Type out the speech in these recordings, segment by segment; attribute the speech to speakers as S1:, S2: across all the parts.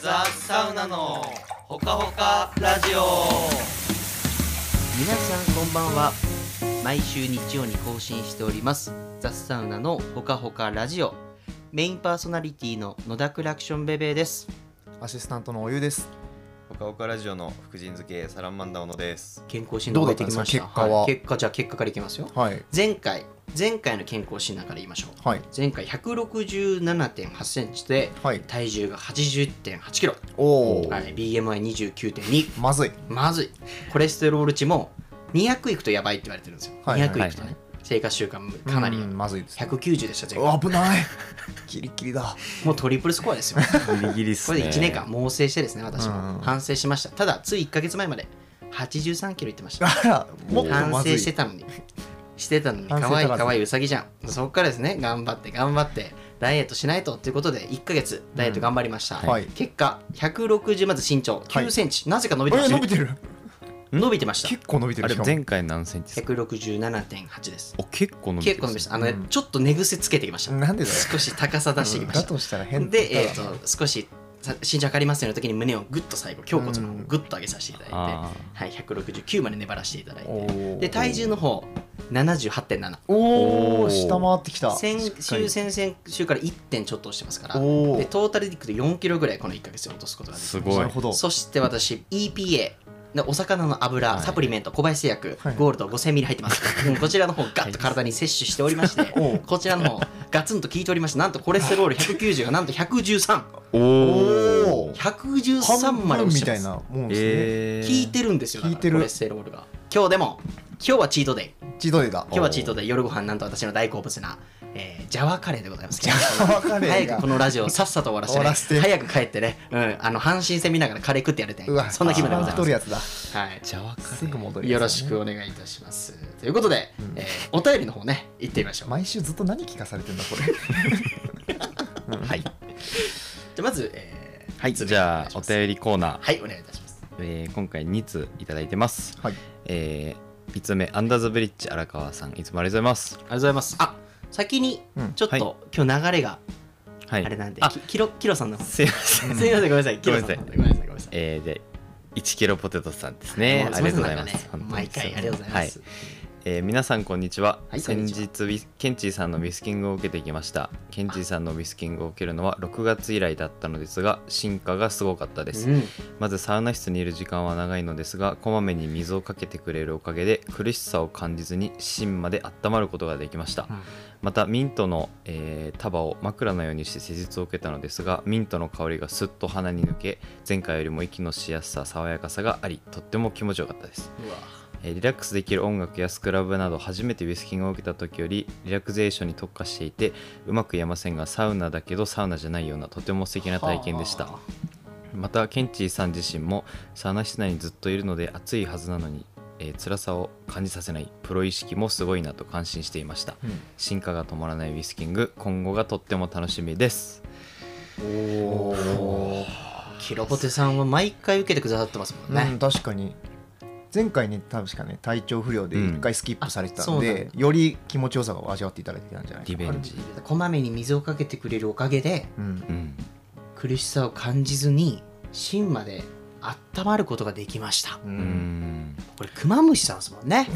S1: ザ・サウナのほかほかラジオ
S2: 皆さんこんばんは毎週日曜に更新しておりますザ・サウナのほかほかラジオメインパーソナリティの野田クラクションベベです
S3: アシスタントのお湯です。
S4: ほかほかラジオの福神漬けサランマンダー小野です。
S2: 健康診断終えてきました
S3: どうだったんですか結果はい
S2: 結果じゃあ結果からいきますよ
S3: はい。
S2: 前回前回の健康診断から言いましょう
S3: はい。
S2: 前回167.8センチで
S3: はい。
S2: 体重が80.8キロ、
S3: おお、
S2: はい BMI29.2
S3: まずい。
S2: まずいコレステロール値も200いくとやばいって言われてるんですよ、
S3: はいはい
S2: 200いくとね、生活習慣かなり
S3: うんまずいです、ね。
S2: 190でした前回
S3: うわ危 ない。ギリギリだ。
S2: もうトリプルスコアですよ。
S4: ギリギリっ
S2: これで1年間。猛省してですね、私
S3: うん
S2: も反省しました。ただ、つい1ヶ月前まで83キロいってました。
S3: あら、 もっと
S2: 反
S3: まず
S2: 省して
S3: い。
S2: たのに。してたのに、
S3: 反省
S2: かわいい
S3: 足らず
S2: かわいいうさぎじゃん。そこからですね、頑張って頑張って、ダイエットしないとということで、1ヶ月ダイエット頑張りました。
S3: うんはい
S2: 結果、160、まず身長9センチ、なぜか伸びてま
S3: え
S2: した。
S3: 伸びてる。
S2: 伸びてました。
S3: 結構伸びて
S4: あ
S3: る。
S4: れ
S3: しかも
S4: 前回何センチですか
S2: 167.8です。
S4: お結構伸びてる
S2: 結構伸びました。あの、
S3: うん
S2: ちょっと寝癖つけてきました。
S3: なんでだよ。
S2: 少し高さ出してきました
S3: だ。としたら変だ
S2: で、えー、と少しさ身長測りますよの時に胸をぐっと最後胸骨の方をぐっと上げさせていただいて、
S4: あ
S2: はい、169まで粘らせていただい
S3: お
S2: て
S3: ー
S2: で体重の方78.7
S3: お
S4: お
S3: お
S4: ー
S3: 下回ってきた。
S2: 先
S3: しっかり
S2: 週先々週から1点ちょっと落ちてますから
S3: おー
S2: でトータルでいくと4キロぐらいこの1か月で落とすことができ
S4: す
S2: ま
S4: ごい
S3: なるほど。
S2: そして私 EPA のお魚の油、
S4: はい
S2: サプリメント小林製薬、
S3: はい
S2: ゴールド5000ミリ入って ます、うんこちらの方ガッと体に摂取しておりまして
S3: おう
S2: こちらの方ガツンと効いておりましてなんとコレステロー ル190がなんと113
S4: お
S3: お
S4: お
S3: ー。
S2: 113まで落
S3: 半分
S2: ち
S3: み
S2: てま
S3: た
S2: す
S3: いなもんですね。
S4: えー。
S2: 聞いてるんですよだから
S3: 聞いてる
S2: コレステロールが今日でも今日はチートデイ
S3: 千鳥だ。
S2: 今日はチートデイ夜ご飯なんと私の大好物な、えージャワカレーでござい ます
S3: ワカレーが
S2: 早くこのラジオをさっさと終わらせて,、
S3: 終わらせて
S2: 早く帰ってね、うん、あの阪神戦見ながらカレー食ってやるて
S3: うわ、
S2: そんな気分でござい
S3: 太
S2: ま
S3: る
S2: す、
S3: やつだ。
S2: はい、
S4: じゃあわか
S3: すぐ戻る
S2: よ
S3: やつだね
S2: ろしくお願いいたしますということで、
S3: ん
S2: えーお便りの方ね行ってみましょう、
S3: 毎週ずっと何聞かされてんだこ れ。
S2: はいじゃあまず、えー
S4: はい。
S2: つ
S4: じゃあお
S2: り
S4: 便りコーナー。
S2: はいお願いいたします
S4: えー今回2通いただいてます。
S3: はい。
S4: えー、5つ目、アンダーズブリッジ荒川さん、いつもありがとうございます
S2: あ。りがとうございますあ先に
S3: うん
S2: ちょっと、
S4: は
S2: 今日流れが
S4: はい。
S2: あれなんで、
S4: あ
S2: き、キロキロさんの方
S4: すいません。
S2: すみません、ごめんなさい。
S4: ごめんなさい
S2: ごめんなさい、ごめんなさい。
S4: えー、で、1キロポテトさんですね。
S2: も
S4: ありがとうござい
S2: ま
S4: ま
S2: せん
S4: す。
S2: なんかね毎回ありがとうござい
S4: は
S2: ま
S4: い
S2: す。
S4: えー皆さんこんにちは、
S2: はいこん
S4: 先
S2: にちは
S4: 日ウィケンチーさんのウィスキングを受けてきましたケンチーさんのウィスキングを受けるのは6月以来だったのですが進化がすごかったです、
S2: うん
S4: まずサウナ室にいる時間は長いのですがこまめに水をかけてくれるおかげで苦しさを感じずに芯まで温まることができました、
S2: うん
S4: またミントの、えー束を枕のようにして施術を受けたのですがミントの香りがすっと鼻に抜け前回よりも息のしやすさ爽やかさがありとっても気持ちよかったです
S2: うわ
S4: えーリラックスできる音楽やスクラブなど初めてウィスキングを受けた時よりリラクゼーションに特化していてうまく言えませんがサウナだけどサウナじゃないようなとても素敵な体験でした
S2: は
S4: またケンチーさん自身もサウナ室内にずっといるので暑いはずなのに、えー辛さを感じさせないプロ意識もすごいなと感心していました進化が止まらないウィスキング今後がとっても楽しみです
S3: おお。
S2: あキロポテさんは毎回受けてくださってますもん
S3: うん、
S2: ね。
S3: 確かに前回ね確かね体調不良で
S4: うん
S3: 一回スキップされてた
S2: あそう
S3: ん
S2: な
S3: で、
S2: ん
S3: より気持ちよさを味わっていただいてたんじゃないか
S4: リ
S3: な
S4: ベンジ、
S2: こまめに水をかけてくれるおかげで
S3: うん
S4: う、ん、
S2: 苦しさを感じずに芯まで温まることができました。
S3: う
S4: うんん
S2: これクマムシさんですもん ね。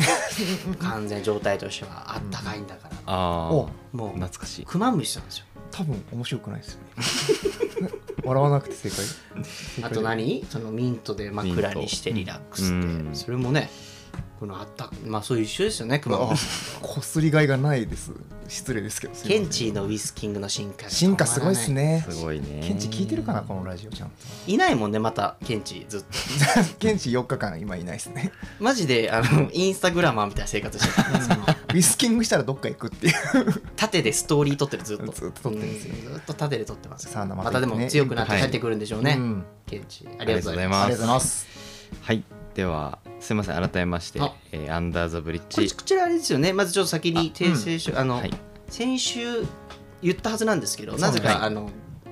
S2: 完全状態としてはあったかいんだから。
S4: ああ
S3: お
S2: もう
S4: 懐かしい
S2: クマムシさんですよ。
S3: 多分面白くないですよね 笑わなくて正解正
S2: あ
S3: 解
S2: と何そのミントで枕にしてリラックスって、
S4: うん
S2: それもねこのあったまあそういう一緒ですよね熊
S3: あ
S2: 本
S3: こすりがいがないです失礼ですけどすいま
S2: ケ
S3: せん
S2: ンチーのウィスキングの進化が
S3: 進化すごいですね
S4: すごいね
S3: ケンチ聞いてるかなこのラジオちゃんと
S2: いないもんねまたケンチーずっ と
S3: ケンチ4日間今いないですね
S2: マジであのインスタグラマーみたいな生活してた その
S3: ウィスキングしたらどっか行くっていう
S2: 縦でストーリー撮ってるずっと
S3: ずっと撮ってるんですよ
S2: うずっと縦で撮ってます
S3: サウナ
S2: ま
S3: ま
S2: た,、で
S3: た行ってね
S2: も強くなって帰ってくるんでしょうね、
S3: うん
S2: ケンチーありがとうござい
S3: あ
S2: ます
S3: りがとうございます
S4: はい、ではすみません改めまして
S2: あ、
S4: えーアンダーザブリッ
S2: これ
S4: ジ
S2: こちらあれですよねまずちょっと先に訂正しようあ,、の、
S4: はい
S2: 先週言ったはずなんですけど
S3: う
S2: なぜか、
S3: はい
S2: あの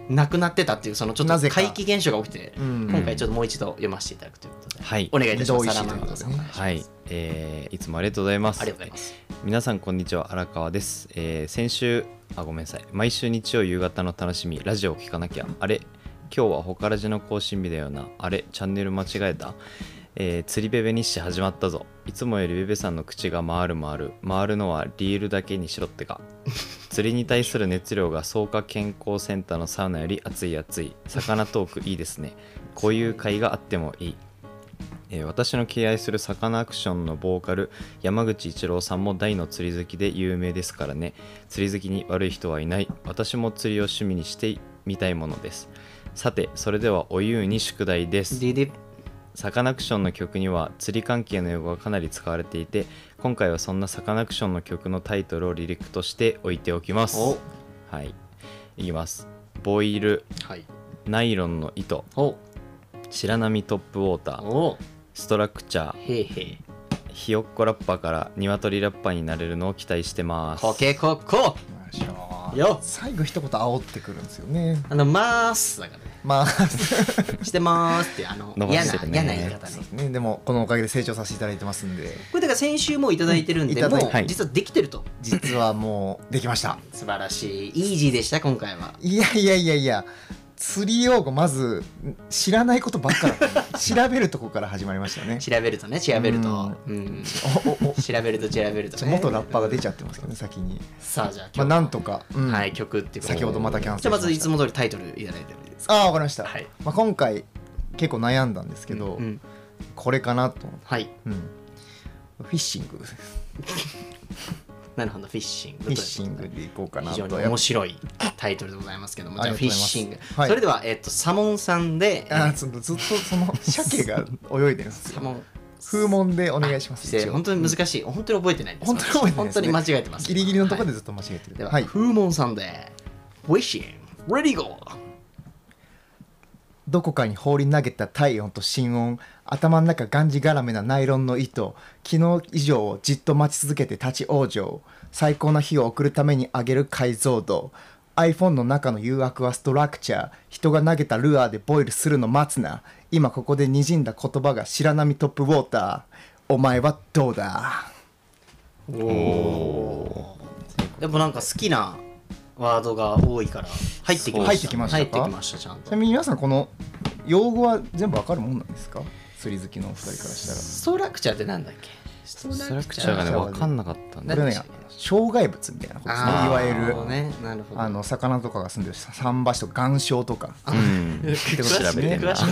S2: なくなってたっていうそのちょっと
S3: なぜか
S2: 怪奇現象が起きて、
S3: うん
S2: 今回ちょっともう一度読ませていただくということで、
S4: はい
S2: お願いいたします
S3: 移動意思
S2: サラマンダーさん
S3: ということでね
S2: お願いします
S4: はい、えーいつもありがとうございます
S2: ありがとうございます
S4: 皆さんこんにちは荒川です、えー先週あごめんなさい毎週日曜夕方の楽しみラジオを聞かなきゃあれ今日はホカラジの更新日だよなあれチャンネル間違えたえー釣りベベ日誌始まったぞいつもよりベベさんの口が回る回る回るのはリールだけにしろってか釣りに対する熱量が草加健康センターのサウナより熱い熱い魚トークいいですねこういう会があってもいい、えー私の敬愛するサカナアクションのボーカル山口一郎さんも大の釣り好きで有名ですからね釣り好きに悪い人はいない私も釣りを趣味にしてみたいものですさてそれではおゆうに宿題です
S2: でで
S4: サカナクションの曲には釣り関係の用語がかなり使われていて今回はそんなサカナクションの曲のタイトルをリリックとして置いておきます
S2: お
S4: はいいきますボイル
S2: はい
S4: ナイロンの糸
S2: お
S4: 白波トップウォーター
S2: お
S4: ストラクチャー
S2: へいへい
S4: ひよっこラッパーから鶏ラッパーになれるのを期待してます
S2: こけここ
S3: よいしょ
S2: よ
S3: 最後一言煽ってくるんですよね
S2: あのまーすだからね
S3: まあ
S2: してまーすってあ の
S4: 伸ば
S2: 嫌
S4: して
S2: な
S4: るね
S2: 嫌な言い方ね
S3: ねでもこのおかげで成長させていただいてますんで
S2: これだから先週もういただいてるん
S3: い
S2: で
S3: た
S2: も
S3: だいうて
S4: はい
S2: 実はできてると
S3: 実はもうできました
S2: 素晴らしいイージーでした今回はい
S3: やいやいやいや釣り用語まず知らないことばっかだった 調べるとこから始まりました ね
S2: 調べるとね調べるとうん
S3: おおお
S2: 調べると調べる
S3: ち
S2: と
S3: ょ
S2: ね
S3: 元ラッパーが出ちゃってますけどね先に、
S2: さあじゃあ
S3: ま
S2: 今
S3: あ、なんとか、うん
S2: 日はい曲っていうことで
S3: 先ほどまたキャンセル
S2: じゃあまずいつ
S3: も
S2: も通りタイトルいただいてもいいですか
S3: ああわかりました、
S2: はい
S3: まあ、今回結構悩んだんですけど、
S2: うん
S3: これかなと思って、
S2: はい
S3: うん、フィッシング
S2: なるほどフィッシング
S3: フ
S2: と
S3: ィ
S2: いうことで
S3: ッシングでいこうかな
S2: 非
S3: と
S2: 常に面白いタイトルでございますけども、
S3: あ
S2: じ
S3: り
S2: ゃあ
S3: が
S2: フ
S3: と
S2: ィ
S3: う
S2: ッ
S3: ございます
S2: シング、
S3: はい
S2: それでは、えっと、サモンさんで、え
S3: あー
S2: ー
S3: ずっとずっと その鮭が泳いでるんです
S2: サ
S3: よ
S2: モン、
S3: 風紋でお願いします
S2: で
S3: 一応
S2: 本当に難しい、本当に覚えてないんです。
S3: 本当に覚えてない
S2: 本
S3: で
S2: 当
S3: すね
S2: に間違えてます。
S3: ギリギリのところで
S2: はい
S3: ずっと間違えて
S2: で
S3: る
S2: は、
S3: はい
S2: 風門さんで、ウィッシング、レディゴー。
S3: どこかに放り投げた体温と心音頭の中がんじがらめなナイロンの糸昨日以上をじっと待ち続けて立ち往生最高な日を送るために上げる解像度 iPhone の中の誘惑はストラクチャー人が投げたルアーでボイルするの待つな今ここで滲んだ言葉が白波トップウォーターお前はどうだ
S2: おやっぱなんか好きなワードが多いから、入ってきました、
S3: 入ってきました
S2: 入
S3: か
S2: ってきました、ちゃん
S3: ち
S2: と
S3: な。みに皆さんこの用語は全部わかるもんなんですか釣り好きのお二人からしたら
S2: ストラクチャーってなんだっけス
S4: ストラクチャーがね分かんなかったん
S3: こ
S4: で
S2: 何
S3: れ
S2: で
S3: ね
S2: したっけ
S3: 障害物みたいなことですね
S2: あー
S3: いわゆ
S2: なるほ
S3: る
S2: どね、なるほど。
S3: あの魚とかが住んでる桟橋とか岩礁とか、
S4: うん
S2: 詳し
S4: 調
S2: く
S4: べて
S2: ね
S4: ん
S2: 詳
S4: な
S2: しく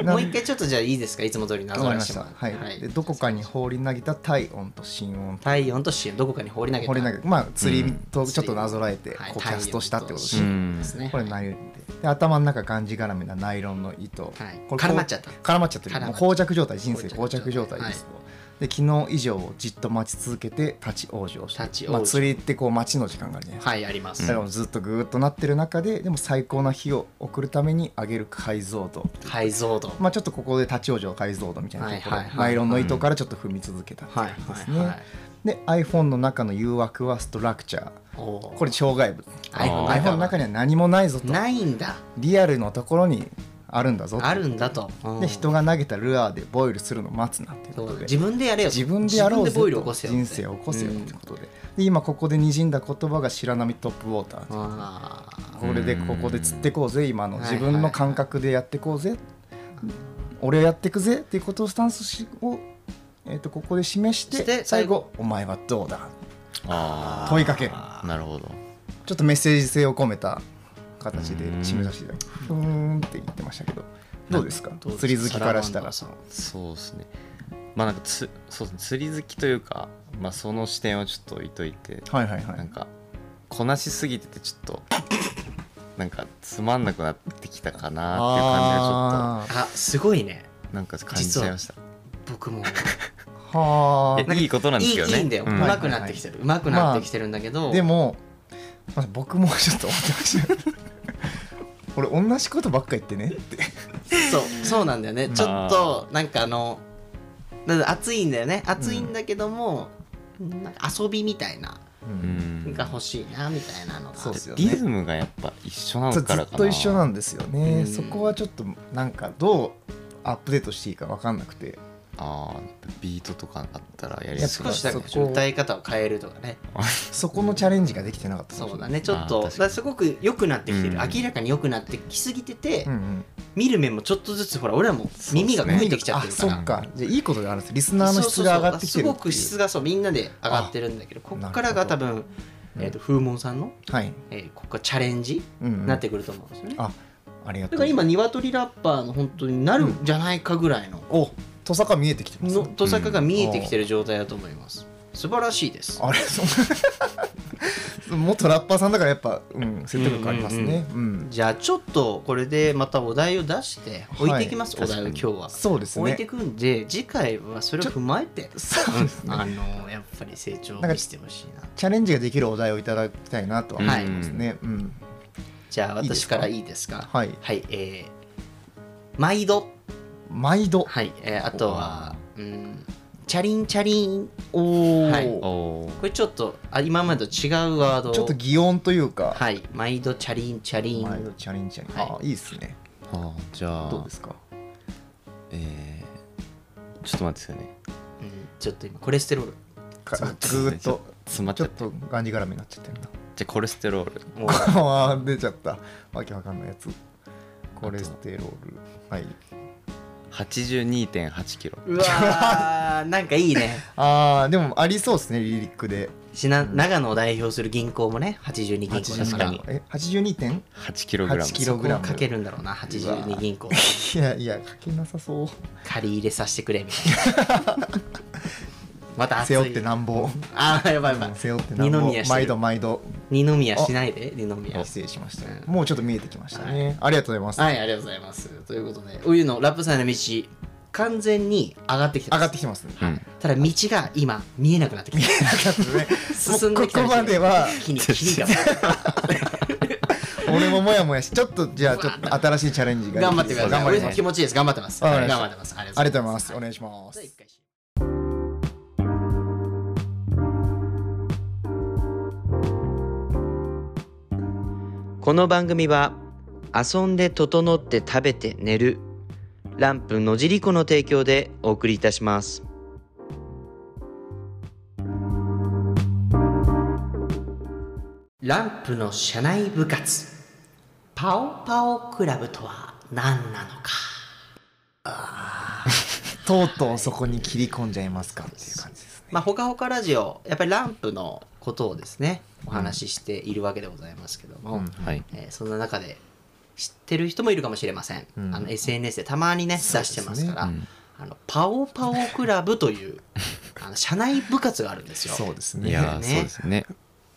S3: うん
S2: もう一回ちょっとじゃあいいですかいつも通りな
S3: わ
S2: ぞ
S3: かり
S2: ら
S3: ま
S2: し
S3: してた
S2: もらって
S3: はい、でどこかに放り投げた体温と心音
S2: 体温と支援どこかに放り投げた
S3: 放り投げまあ釣りとちょっと
S2: うん
S3: なぞらえて、
S2: はい
S3: こうキャストしたってことです
S2: 体
S4: う
S3: ね
S2: 温
S4: ん
S2: ですね
S3: これナイロンでで頭の中がんじがらめなナイロンの糸、これ
S2: 絡まっちゃった
S3: 絡まっちゃってる
S2: 絡まっ
S3: もう膠着状態人生
S2: 膠
S3: 膠
S2: 着
S3: 着
S2: 状
S3: 状
S2: 態
S3: 態です、で昨日以上をじっと待ち続けて立ち往生した
S2: 立ち往生
S3: まあ、釣りってこう待ちの時間があるじゃないですか
S2: はいあります、
S3: だからずっとぐーっとなってる中ででも最高な日を送るために上げる解像度
S2: 解像度
S3: まあちょっとここで立ち往生解像度みたいなところ、
S2: はいはいはい
S3: ナイロンの糸からちょっと踏み続けたって
S2: はい
S3: ことです
S2: はい
S3: ね、
S2: はい
S3: で iPhone の中の誘惑はストラクチャー
S2: お
S3: これ障害物
S2: あー
S3: iPhone の中には何もないぞと
S2: れないんだ
S3: リアルのところにあるんだぞと
S2: あるんだと、うん
S3: で人が投げたルアーでボイルするのを待つなっていうことで
S2: 自分でやれよ
S3: 自分でやろうぜ
S2: 自分でボイル起ことせよって
S3: 人生を起こせよ
S2: う
S3: っ
S2: ん
S3: てことで,、で今ここで滲んだ言葉が白波トップウォーター
S2: あー
S3: これでここで釣ってこうぜ今の
S2: はい
S3: 自分の感覚でやってこうぜ、俺はやってくぜっていうことをスタンスしを、えー、とここで示して
S2: して
S3: 最後「お前はどうだ?
S4: あ」
S3: 問いかける
S4: あなるほど
S3: ちょっとメッセージ性を込めた形で締めさせていただきますふーんって言ってましたけどどうですか
S2: どうです
S3: 釣り好きから
S2: サラ
S3: した
S2: マンダ
S3: ら
S2: ーさん
S4: そうですねまあなんかつそうっすね釣り好きというか、まあ、その視点をちょっと置いといて
S3: はいはいは
S4: なん
S3: い
S4: かこなしすぎててちょっとなんかつまんなくなってきたかなっていう感
S3: あ
S2: あすごいね
S4: じがちょっとなんか感じちゃいました
S2: 僕 も
S3: ーは
S4: えいいことなんですけどね
S2: いいいいんだよ、
S4: う
S2: うんまくなってきてるうまくなってきてるんだけど、
S3: あでもまあ僕もちょっと思ってました 俺同じことばっか言ってねって
S2: そうそうなんだよねちょっとなんかあのなんだ暑いんだよね暑いんだけども、なんか遊びみたいな
S4: うん
S2: が欲しいなみたいなのが
S3: そうっすよね
S4: リズムがやっぱ一緒な
S3: そ
S4: の
S3: うず
S4: から
S3: っ
S4: かな
S3: と一緒なんですよ
S2: う
S3: ね、
S2: ん
S3: そこはちょっとなんかどうアップデートしていいか分かんなくて
S4: ああビートとかあったらやり
S3: や
S4: や
S3: っ
S4: すい
S3: ぱ
S2: 少しだ
S3: そ
S2: け
S3: こ
S2: 歌い方を変えるとかね
S3: そこのチャレンジができてなかった
S2: そうだねちょっと
S4: あー
S2: だ
S4: 確
S2: か
S4: から
S2: すごく良くなってきて
S4: う
S2: る、
S4: ん
S2: 明らかに良くなってきすぎてて、
S3: うんうん
S2: 見る面もちょっとずつほら俺らも
S4: すね
S2: 耳が肥えてきちゃってるから、
S3: あそっかじゃあいいことがあるんですリスナーの質が上がってきて
S2: そうそうそうす
S3: る
S2: ごく質がそうみんなで上がってるんだけどこっからが多分、
S3: ど
S2: えー、と風門さんの、
S3: はい、
S2: えーここがチャレンジ
S3: うんうん
S2: になってくると思うんですよね、
S3: あありがと
S2: だ
S3: う
S2: から今鶏ラッパーの本当になるんじゃないかぐらいの,、
S3: おトサカ見えてきてます
S2: のとさかが見えてきてる状態だと思います、素晴らしいです
S3: あれそう元ラッパーさんだからやっぱ、うん、説得力ありますねうん、
S2: じゃあちょっとこれでまたお題を出して置いていきます、
S4: はい
S2: お題を今
S4: 確
S2: 日
S4: か
S2: は、
S3: そうです
S2: 置いて
S3: ね
S2: くんで次回はそれを踏まえて
S3: そうですね
S2: あのやっぱり成長
S3: なんか
S2: してほしいな
S3: チャレンジができるお題をいただきたいなとは思いますね、うん
S2: じゃあ
S3: いいです
S2: 私
S3: か
S2: からいいですか
S3: はい
S2: はいえー毎度
S3: 毎度
S2: はい、えーあとはうんチャリンチャリンお
S3: ー
S2: はい、こ
S4: おー
S2: れちょっとあ今までと違うワードを
S3: ちょっと擬音というか、
S2: はい毎度チャリンチャリン
S3: 毎度チャレンジャリン、
S2: はい
S3: あいいですね
S4: あーじゃ
S3: どう
S4: あ
S3: ですか
S4: えーちょっと待ってくださいね
S2: うんちょっと今コレステロール
S3: か
S4: ちょっと
S3: ずーっと
S4: 詰まっ
S3: ち
S4: ち
S3: ょ
S4: ゃ
S3: っ
S4: った
S3: とがんじがらめになっちゃってるな
S4: じゃあコレステロール
S2: もう
S3: あー出ちゃったわけわかんないやつコレステロールはい
S4: 82.8キロ
S2: うわー なんかいいね
S3: あーでもありそうですねリリックで
S2: しな長野を代表する銀行もね82銀行だから
S3: 82え82点
S4: 8キログラム
S3: 8キロ
S2: こうかけるんだろうな82銀行
S3: いやいやかけなさそう
S2: 借り入れさせてくれみたいなまた熱い
S3: 背負ってなんぼ
S2: あーやばいやばい
S3: うん背負ってなん
S2: 二
S3: ぼ
S2: 宮してる
S3: 毎度毎度
S2: 二宮しないで二宮
S3: 失礼しました
S2: うん
S3: もうちょっと見えてきましたねありがとうございます
S2: はいありがとうございますということでお湯のラップさんの道完全に上がってきてます
S3: 上がってきてますね
S4: うん
S2: ただ道が今見えなくなってき て進んできた
S3: もうここまでは
S2: 木に木々
S3: 俺ももやもやしちょっとじゃあちょっと新しいチャレンジ
S2: が
S3: が
S2: 頑張ってください
S3: 頑張
S2: 俺
S3: り
S2: も
S3: ます
S2: 気持ちいいです頑張ってます
S3: わ
S2: 頑
S3: か
S2: 張っ
S3: りました
S2: てますあり
S3: ありがとうございますお
S2: はい
S3: 願いしま
S2: じゃあ
S3: す
S2: 一回この番組は遊んで整って食べて寝るランプのじりこの提供でお送りいたしますランプの社内部活パオパオクラブとは何なのか
S3: とうとうそこに切り込んじゃいますかっていう感じですね
S2: まあほかほかラジオやっぱりランプのことをですねお話ししているわけでございますけども、
S3: うん
S4: はい
S2: えーそんな中で知ってる人もいるかもしれません、
S3: うん
S2: あの SNS でたまにね出
S3: そうです
S2: して
S3: ね
S2: ますから、
S4: うん
S2: あのパオパオクラブというあの社内部活があるんですよ。
S3: そうです
S4: いやー
S3: ね
S2: ね
S4: そうですね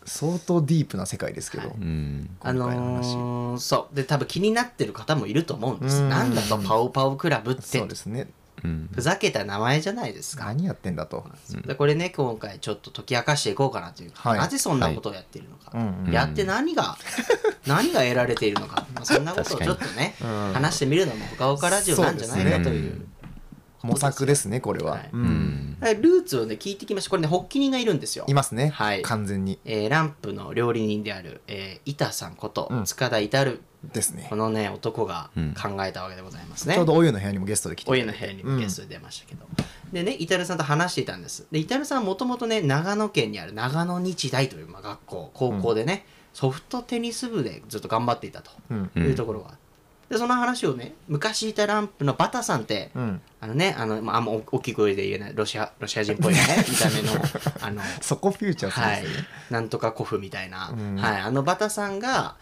S3: 相当ディープな世界ですけど
S2: は
S4: うん
S2: あ
S3: 今回の話
S2: のーそうで多分気になってる方もいると思うんです。
S3: うん
S2: なんだとパオパオクラブって
S3: そうですね
S4: うん
S2: ふざけた名前じゃないですか。
S3: 何やってんだと
S2: でこれね今回ちょっと解き明かしていこうかなというか、
S3: はい
S2: なぜそんなことをやっているのか、
S3: はいうんうん
S2: やって何 が何が得られているのか、まあ、そんなことをちょっとね
S3: 確かにうん
S2: 話してみるのもほかほかラジオなんじゃないかという
S4: そうですね
S3: 模索ですねこれは
S2: はい
S3: うん
S2: だからルーツをね聞いてきましたこれね発起人がいるんですよ
S3: いますね
S2: はい
S3: 完全に
S2: えーランプの料理人である、えー、板さんこと、
S3: うん
S2: 塚田至る
S3: ですね
S2: このね男が
S4: うん
S2: 考えたわけでございますね、
S3: ちょうどお湯の部屋にもゲストで来て
S2: お家の部屋にもゲストで出ましたけど、でねイタルさんと話していたんですでイタルさんはもともとね長野県にある長野日大という、まあ、学校高校でね、ソフトテニス部でずっと頑張っていたと
S3: うん
S4: うん
S2: いうところがあって、でその話をね昔いたランプのバタさんって、
S3: うん
S2: あのねあの、まあ、あんま大大きい声で言えないロシアロシア人っぽいね 見た目のあの
S3: そこフューチャーするん
S2: は
S3: で
S2: い
S3: すね、
S2: なんとか古墳みたいな、
S3: うん
S2: はい、あのバタさんが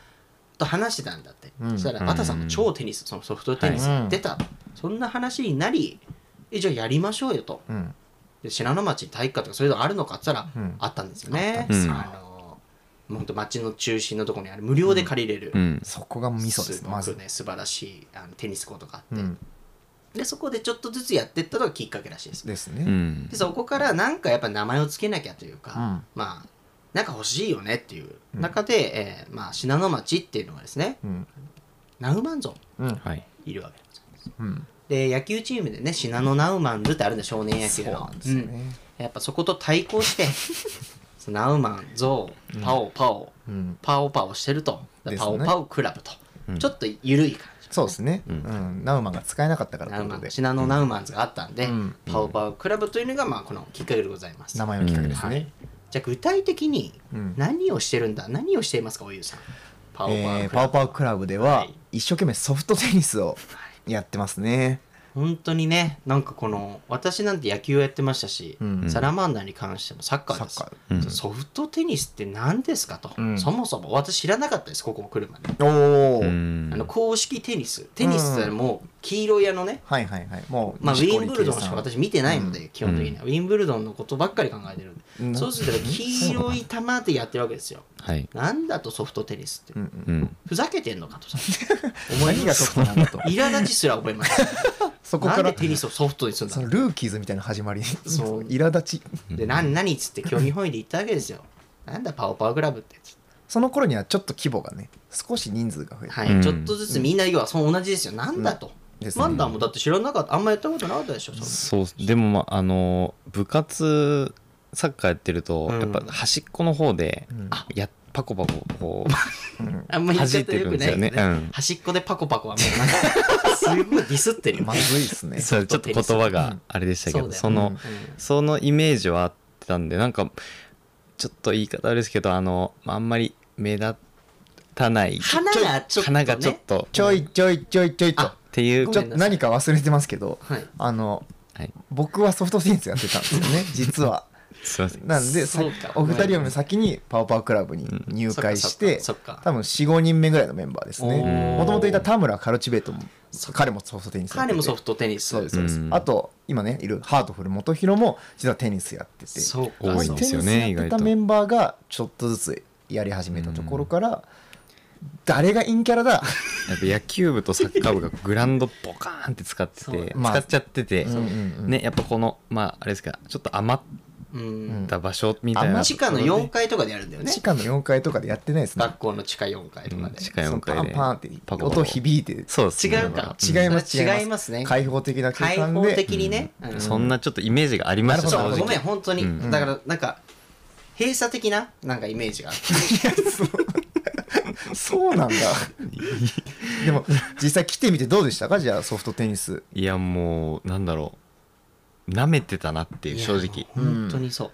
S2: と話してたんだって、
S3: うん
S2: そしたらバタさんも超テニスそのソフトテニス
S3: はい
S2: やってた、そんな話になりえじゃあやりましょうよと
S3: うん
S2: で信濃町に体育館とかそういうのあるのかって言ったら、
S3: うん
S2: あったんですよね、
S4: うん
S2: あのもうほんと町の中心のところにある無料で借りれる、
S4: うん
S3: そこが味噌ですす
S2: ご
S3: まず
S2: くね素晴らしいあのテニスコートがあっ
S3: う
S2: て、
S3: ん
S2: でそこでちょっとずつやってったのがきっかけらしいです
S3: です
S4: う
S3: ね
S4: ん
S2: でそこからなんかやっぱ名前をつけなきゃというか、
S3: うん
S2: まあなんか欲しいよねっていう中で、えーまあ、信濃町っていうのがですね
S3: うん
S2: ナウマンゾ
S3: うん
S4: はい
S2: ンいるわけです
S3: うん
S2: で野球チームでね信濃ナウマンズってあるんで少年野
S3: そ
S2: 球
S3: うな
S2: の
S3: んですよね
S2: うんやっぱそこと対抗 してそのナウマンゾウパオパオ、
S3: うん
S2: パオパオしてると
S3: ですね
S2: パオパオクラブと、
S4: うん
S2: ちょっと緩い感じ
S3: そうですね、う
S4: うんん
S3: ナウマンが使えなかったから
S2: ナウ
S3: というこ
S2: マ
S3: と
S2: ン
S3: で
S2: シナノナウマンズがあったんで、
S3: うん
S2: パオパオクラブというのがまあこのきっかけでございます
S3: 名前のきっかけです
S2: うんは
S3: ね
S2: い、じゃあ具体的に
S3: うん
S2: 何をしてるんだ何をしていますかおゆうさんパオパオクラブ、
S3: えーパオパオクラブでは
S2: はい
S3: 一生懸命ソフトテニスをやってますね、
S2: 本当にねなんかこの私なんて野球をやってましたし、
S3: うん
S2: サラマンダーに関してもサッカーです
S3: サッカ
S4: ーうん
S2: ソフトテニスって何ですかと、
S3: うん
S2: そもそも私知らなかったですここ来るまで、
S3: おお、
S4: うん
S2: あの公式テニステニスってもう黄色いあのね、
S3: はいはいはいもう、
S2: まあ、ウ
S3: 錦織
S2: ィンブルドンしか私見てないので、
S3: う
S2: 基本的にはウィンブルドンのことばっかり考えてるんで、
S3: うん
S2: そうすると黄色い球でやってるわけですよ
S4: はい
S2: なんだとソフトテニスって、
S3: 圭さんうん
S4: うん
S2: ふざけてんのかとさ
S3: うん、何がソフトなんだと
S2: 苛立ちすら思いました
S3: そこ
S2: な
S3: か
S2: んで
S3: ら
S2: テニスをソフトにするんだ
S3: そのルーキーズみたいな始まり
S2: そう
S3: 苛立ち
S2: で何何っつって興味本位で言ったわけですよ。なんだパオパオクラブって。
S3: その頃にはちょっと規模がね少し人数が増えて、
S2: はい、
S4: うん
S2: ちょっとずつみんな要はその同じですよ。なんだと。
S3: ですね
S2: マンダーもだって知らなかった。あんまやったことなかったでしょ。そ
S4: そうでもまああの部活サッカーやってると、
S2: うん
S4: やっぱ端っこの方で、
S3: うん
S4: やパコパコこ
S3: うん
S2: あんま
S4: う
S2: り言
S4: 弾
S2: っちゃ
S4: い
S2: っててよ
S4: るん
S2: く
S4: で
S2: な
S4: す
S2: いけ
S4: よ
S2: ど
S4: ね
S2: ね。端っこでパコパコはもうなんかすごいディスってる よ。
S3: まずいですね
S4: うん、 そうちょっと言葉があれでしたけど
S2: うん
S4: その、
S3: うん
S4: そのイメージはあったんでなんかちょっと言い方あれですけどあのあんまり目立たない
S2: 花がちょっとね
S4: 花がちょっと
S3: ちょいちょいちょいちょいと
S2: あ
S4: っていう
S2: ご
S3: ち
S2: め
S3: ょっ
S2: ん
S3: と
S2: なさい
S3: 何か忘れてますけど
S2: はい。
S3: あの
S4: はい、
S3: 僕はソフトテニスやってたんですよね実は
S4: すいません
S3: なんでさ
S2: そうか
S3: お二人よりも先にパオパオクラブに入会して、
S2: そっかそっか
S3: 多分45人目ぐらいのメンバーですね
S2: おー
S3: もともといた田村カルチベートも彼もソフトテニスやってて
S2: 彼もソフトテニス。
S3: そうですそうです、
S4: うん
S3: あと今ねいるハートフル元弘も実はテニスやってて
S2: そうか。
S4: 多いんですよね
S3: テニスやって
S4: 意外
S3: た
S4: と
S3: メンバーがちょっとずつやり始めたところから誰が陰キャラだ
S4: やっぱ野球部とサッカー部がグラウンドボカーンって使って
S2: そう
S4: て、使っちゃってて、
S3: うんうんうん
S4: ねやっぱこのまああれですかちょっと余っ
S2: うん。
S4: た場所みたいな、
S3: うん
S2: 地下の4階とかでやるんだよね
S3: 地。下の4階とかでやってないですね
S2: 学校の地下4階とかで。
S4: うん地下
S3: そ
S4: 4
S3: のパ
S4: 階
S3: ン
S4: で
S3: パンって
S4: パコパコ
S3: 音響いて
S4: そうですね
S2: 違うか
S4: ん
S3: 違います
S2: 違い
S3: 違い
S2: ま
S3: ますす
S2: ね
S3: 開放的な空
S2: 開
S3: 間
S2: 放
S3: で
S2: 的にね。うん
S4: そんなちょっとイメージがありました
S3: な
S4: 正
S3: るほど
S2: そうごめん
S4: 直
S2: 本当に、
S4: うん
S2: だからなんか閉鎖的ななんかイメージがあって
S3: そうなんだでも実際来てみてどうでしたかじゃあソフトテニス
S4: いやもうなんだろう舐めてたなっていう正
S2: い
S4: 直
S2: や本当にそう、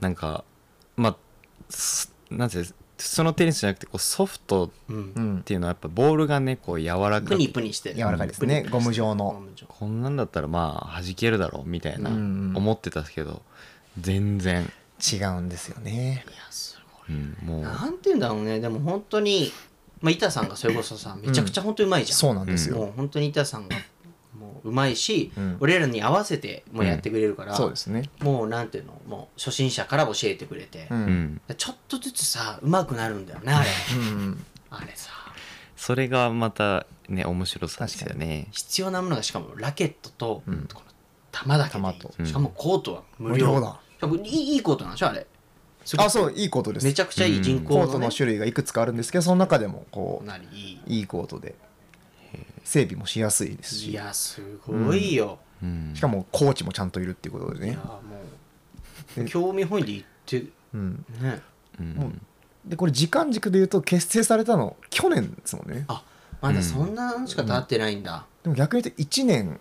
S4: なんかまあすなんていうんですそのテニスじゃなくてこうソフト
S2: うん
S3: うん
S4: っていうのはやっぱボールがねこう柔らか
S2: プ
S4: く
S2: ニプニして
S3: 柔らかいですねゴム状の
S4: こんなんだったらまあ弾けるだろうみたいな
S3: うんうん
S4: 思ってたけど全然、
S3: 違うんですよね
S2: いやす
S4: う
S2: ご
S4: ん、も
S2: いうなんて言うんだろうねでも本当にまあ板さんがそれこそさめちゃくちゃ本当にうまいじゃん、
S3: そうなんですよ
S2: もう本当に板さんがもううまいし、
S3: うん
S2: 俺らに合わせてもうやってくれるから、
S3: そうですね
S2: もうなんていうのもう初心者から教えてくれて、
S3: うん
S4: うん、
S2: ちょっとずつさうまくなるんだよねあれ
S3: うん
S2: あれさ
S4: それがまたね面白さですよね
S2: 必要なものがしかもラケットと、
S4: ん
S2: この玉だけでいい
S3: 玉と
S4: うん
S2: しかもコートは無料
S3: 無料だ
S2: しかもいいいいコートなんでしょあれすごく
S3: あそういいことです
S2: めちゃくちゃいい人工
S3: コ
S2: の,、
S3: ートの種類がいくつかあるんですけどその中でもこ
S2: なりいいう
S3: いいコートで整備もしやすいです
S2: い
S3: し
S2: やすごいよ、
S4: うん
S3: しかもコーチもちゃんといるっていうことで
S2: い
S3: ね
S2: やもう興味本位で言って
S3: うん
S2: ね
S4: うん
S3: もうでこれ時間軸で言うと結成されたの去年ですもんね
S2: あまだそんなしか経ってないんだ、
S3: でも逆に言うと1年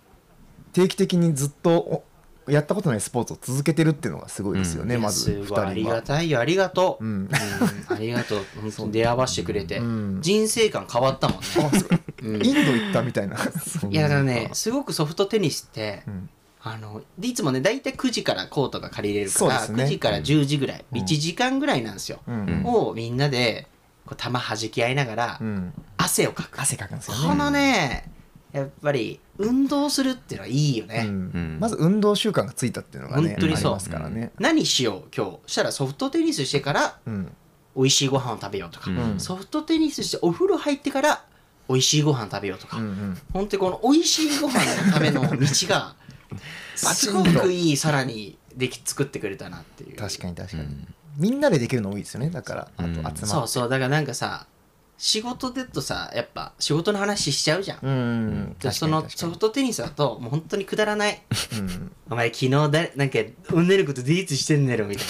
S3: 定期的にずっとおやったことないスポーツを続けてるっていうのがすごいですよね、
S2: いや
S3: まず
S2: す
S3: 2
S2: ごいあり
S3: 人
S2: が
S3: は。
S2: たいよありがとう、
S3: う
S2: うん
S3: ん、
S2: ありがとう本当に出会わしてくれて、
S3: うん
S2: 人生観変わったもんね、
S3: あすごい
S2: うん
S3: インド行ったみたいな。
S2: いやだからねすごくソフトテニスって、
S3: うん
S2: あのでいつもね大体9時からコートが借りれるか
S3: そうで
S2: ら、
S3: すね
S2: 9時から10時ぐらい、
S3: うん
S2: 1時間ぐらいなんですよ、
S3: うん
S2: をみんなでこう球弾き合いながら、
S3: うん、
S2: 汗をかく
S3: 汗かくんですよ
S2: こ
S3: ね。
S2: のねやっぱり運動するっていうのはいいよね、
S3: うん
S4: うん
S3: まず運動習慣がついたっていうのがね
S2: 本当にそう
S3: ありますからね。
S2: 何しよう今日そしたらソフトテニスしてから
S3: うん
S2: 美味しいご飯を食べようとか、
S4: うん
S2: ソフトテニスしてお風呂入ってから美味しいご飯食べようとか、
S3: うんうん
S2: 本当にこの美味しいご飯のため の道がすごくいいさらにでき作ってくれたなっていう
S3: 確かに確かに、
S4: うん
S3: みんなでできるの多いですよねだからあと
S4: うん
S3: 集まって、
S2: そうそうだからなんかさ仕事でとさやっぱ仕事の話しちゃうじゃん、
S3: うんうん、
S2: で
S3: 確か
S2: そ
S3: に
S2: の
S3: 確か
S2: ソ
S3: に
S2: フトテニスだともう本当にくだらない
S3: うん
S2: お前昨日だなんか女の子とデートしてんねろみたい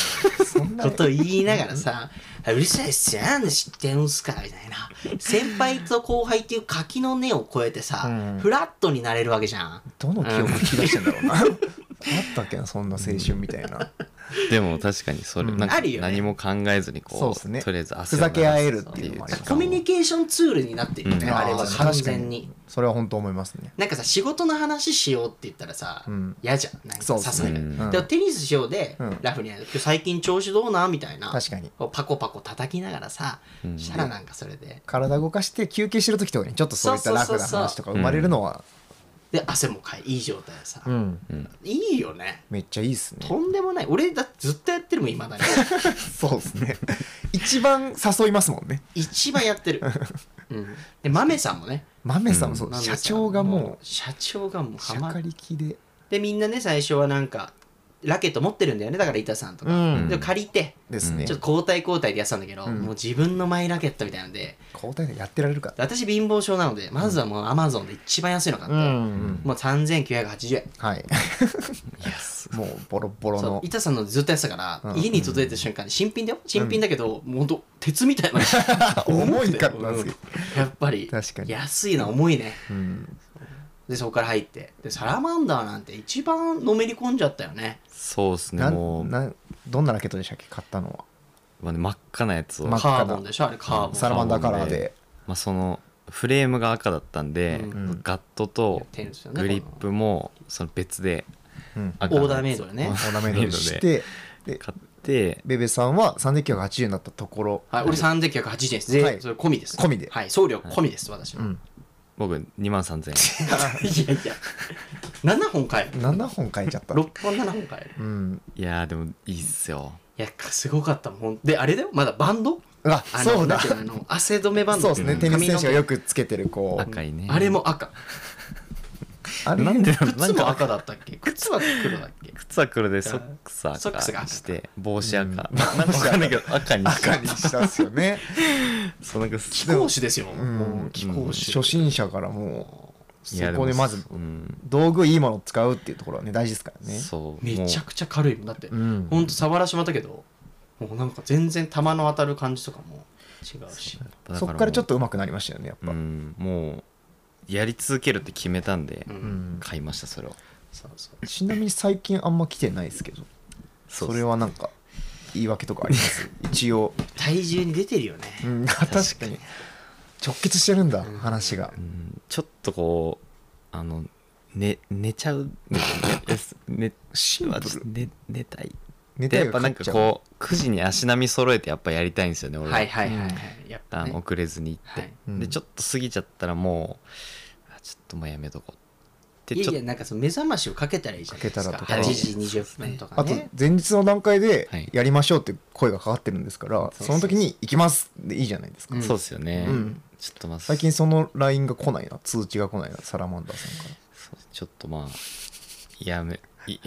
S3: そん
S2: ことを言いながらさ「うるさいっすよなんで知ってるんすか」みたいな先輩と後輩っていう垣の根を越えてさ、
S3: うん
S2: フラットになれるわけじゃん。
S3: どの記憶引き出してんだろうな あったっけなそんな青春みたいな
S4: でも確かにそれ、
S3: うん
S4: なんか
S2: あるよね
S4: 何も考えずにこう
S3: そうっすね
S4: とりあえず汗
S3: ふ
S4: を流す
S3: ざけ合えるっていうのもあります
S2: コミュニケーションツールになってるよね、
S4: うん
S2: あれは
S3: あー
S2: 完全に
S3: それは本当思いますね
S2: なんかさ仕事の話しようって言ったらさ、
S3: うん
S2: 嫌じゃんなんか
S3: そう
S2: さ
S3: っ
S2: す
S3: す
S2: が
S3: ね
S2: に、
S4: うん
S2: でもテニスしようで、
S3: うん
S2: ラフにやる今日最近調子どうなみたいな
S3: 確かに
S2: こうパコパコ叩きながらさ
S4: うん
S2: したらなんかそれで
S3: 体動かして休憩してる時とかにちょっとそういったラフな話とか生まれるのは
S2: で汗もかいいい状態でさ、
S3: うん
S4: うん
S2: いいよね
S3: めっちゃいいっすね
S2: とんでもない俺だってずっとやってるもんいまだ に
S3: そうですね 一番誘いますもんね
S2: 一番やってる、うん、で豆さんもね
S3: 豆さんもそう、
S2: 豆さん
S3: 社長がもう
S2: 社長がもう
S3: し
S2: ハ
S3: ゃ
S2: マ
S3: か
S2: る
S3: りきで
S2: でみんなね最初はなんかラケット持ってるんだよねだから板さんとか、
S4: ん
S2: でも借りて
S3: ですね、
S2: ちょっと交代交代でやってたんだけど、
S3: うん
S2: もう自分のマイラケットみたいなので
S3: 交代でやってられるか
S2: 私貧乏症なのでまずはもうアマゾンで一番安いの買って、
S3: ん
S2: もう3980円
S3: はいもうボロボロ
S2: そう
S3: の
S2: 板さんのずっとやってたから、
S3: うん
S2: 家に届いた瞬間に新品だよ新品だけど、もうほんと鉄みたいな
S3: 重いからなんですけど
S2: うんやっぱり
S3: 確かに
S2: 安いのは重いね
S3: うん
S2: でそこから入ってでサラマンダーなんて一番のめり込んじゃったよね
S4: そうですね
S3: な
S4: もう、ま
S3: などんなラケットでしたっけ買ったのは
S4: あね、真っ赤なやつを、
S3: 真っ赤
S2: カ
S3: な
S2: ーボンでしょあれカーボン
S3: サラマンダーカラーで
S4: まあ、そのフレームが赤だったんで、
S2: うん
S4: ガットと
S2: テニスよね
S4: グリップもその別で
S3: うん
S4: 赤の
S2: オーダーメイドでね
S4: オ
S3: オー
S4: ーダ
S3: ナ
S4: ー
S3: メ
S4: メ
S3: ン
S4: イ
S3: ト
S4: ドで
S3: にしてで
S4: 買って
S3: ベベさんは3980円だったところ
S2: はい、俺3980円です。税、
S3: はい
S2: それ込みです。
S3: 込みで
S2: はい、送料込みです、私
S3: う
S2: は。
S3: ん
S4: 僕2万3000円
S2: いやいや、7本買える。
S3: 7本買えちゃった
S2: 6本7本買える。
S3: うん
S4: いやーでもいいっすよ
S2: いや、すごかったもんほん。で、あれだよ、まだバンド
S3: あ
S2: あの
S3: そう
S2: な
S3: だ
S2: んてい
S3: そう
S2: のあの、汗止めバン
S3: う
S2: ド。
S3: ですねテニス選手がよくつけてるこう
S4: 赤いね
S2: あれも 赤。
S3: あれ
S4: なんでなん
S2: 靴も
S4: か
S2: 赤だったっけ靴は黒だっけ
S4: 靴は黒でソックス
S2: ソックスが
S4: 赤
S2: 赤
S4: して帽子赤、
S3: うん
S4: なんかわ かんないけど赤にした
S3: 赤にしたんですよね
S4: そうなんか
S2: 貴公子ですよ。
S3: ん
S2: もう貴公子。
S3: 初心者からもう
S4: い
S3: そ
S4: や
S3: こで
S4: も
S3: まず
S4: うん
S3: 道具いいものを使うっていうところはね大事ですからね
S4: そう
S2: めちゃ
S4: も
S2: くちゃ軽いもん。だって、
S3: うん
S2: ほんと触らしまったけど、もうなんか全然球の当たる感じとかも違うし。
S4: う
S3: そこからちょっ
S4: と
S3: と上手くなりましたよねやっぱ、
S4: うんもうやり続けるって決めたんで、
S2: うん
S3: うん
S4: 買いましたそれを
S2: そうそう。
S3: ちなみに最近あんま来てないですけど
S4: そうっす
S3: それはなんか言い訳とかあります一応、
S2: 体重に出てるよね。
S3: うん、確かに直結してるんだ話が
S4: うんちょっとこうあの寝寝ちゃう寝寝シンプル寝寝たい
S3: 寝
S4: で
S3: て
S4: やっぱなんかこう9時に足並み揃えてやっぱやりたいんですよね俺は
S2: はいはいはいはい。やっ
S4: あ
S2: ぱ
S4: の
S2: ね。
S4: 遅れずに行って、
S2: はい
S3: うん
S4: でちょっと過ぎちゃったらもうあちょっともうやめとこうって
S2: い
S4: ち
S2: や
S4: ょ
S2: い
S4: っ
S2: や、なんかその目覚ましをかけたらいいじゃないですか。
S3: かけたらとか
S2: 8時20分とか
S3: あと
S2: ね。
S3: 前日の段階で
S4: はい
S3: やりましょうって声がかかってるんですから、
S2: そう
S3: その時に「行きます」でいいじゃないですか、
S2: うん
S4: そうですよね、
S3: うん
S4: ちょっとまあ
S3: 最近その LINE が来ないな通知が来ないなサラマンダーさんから
S4: そうちょっとまあやめい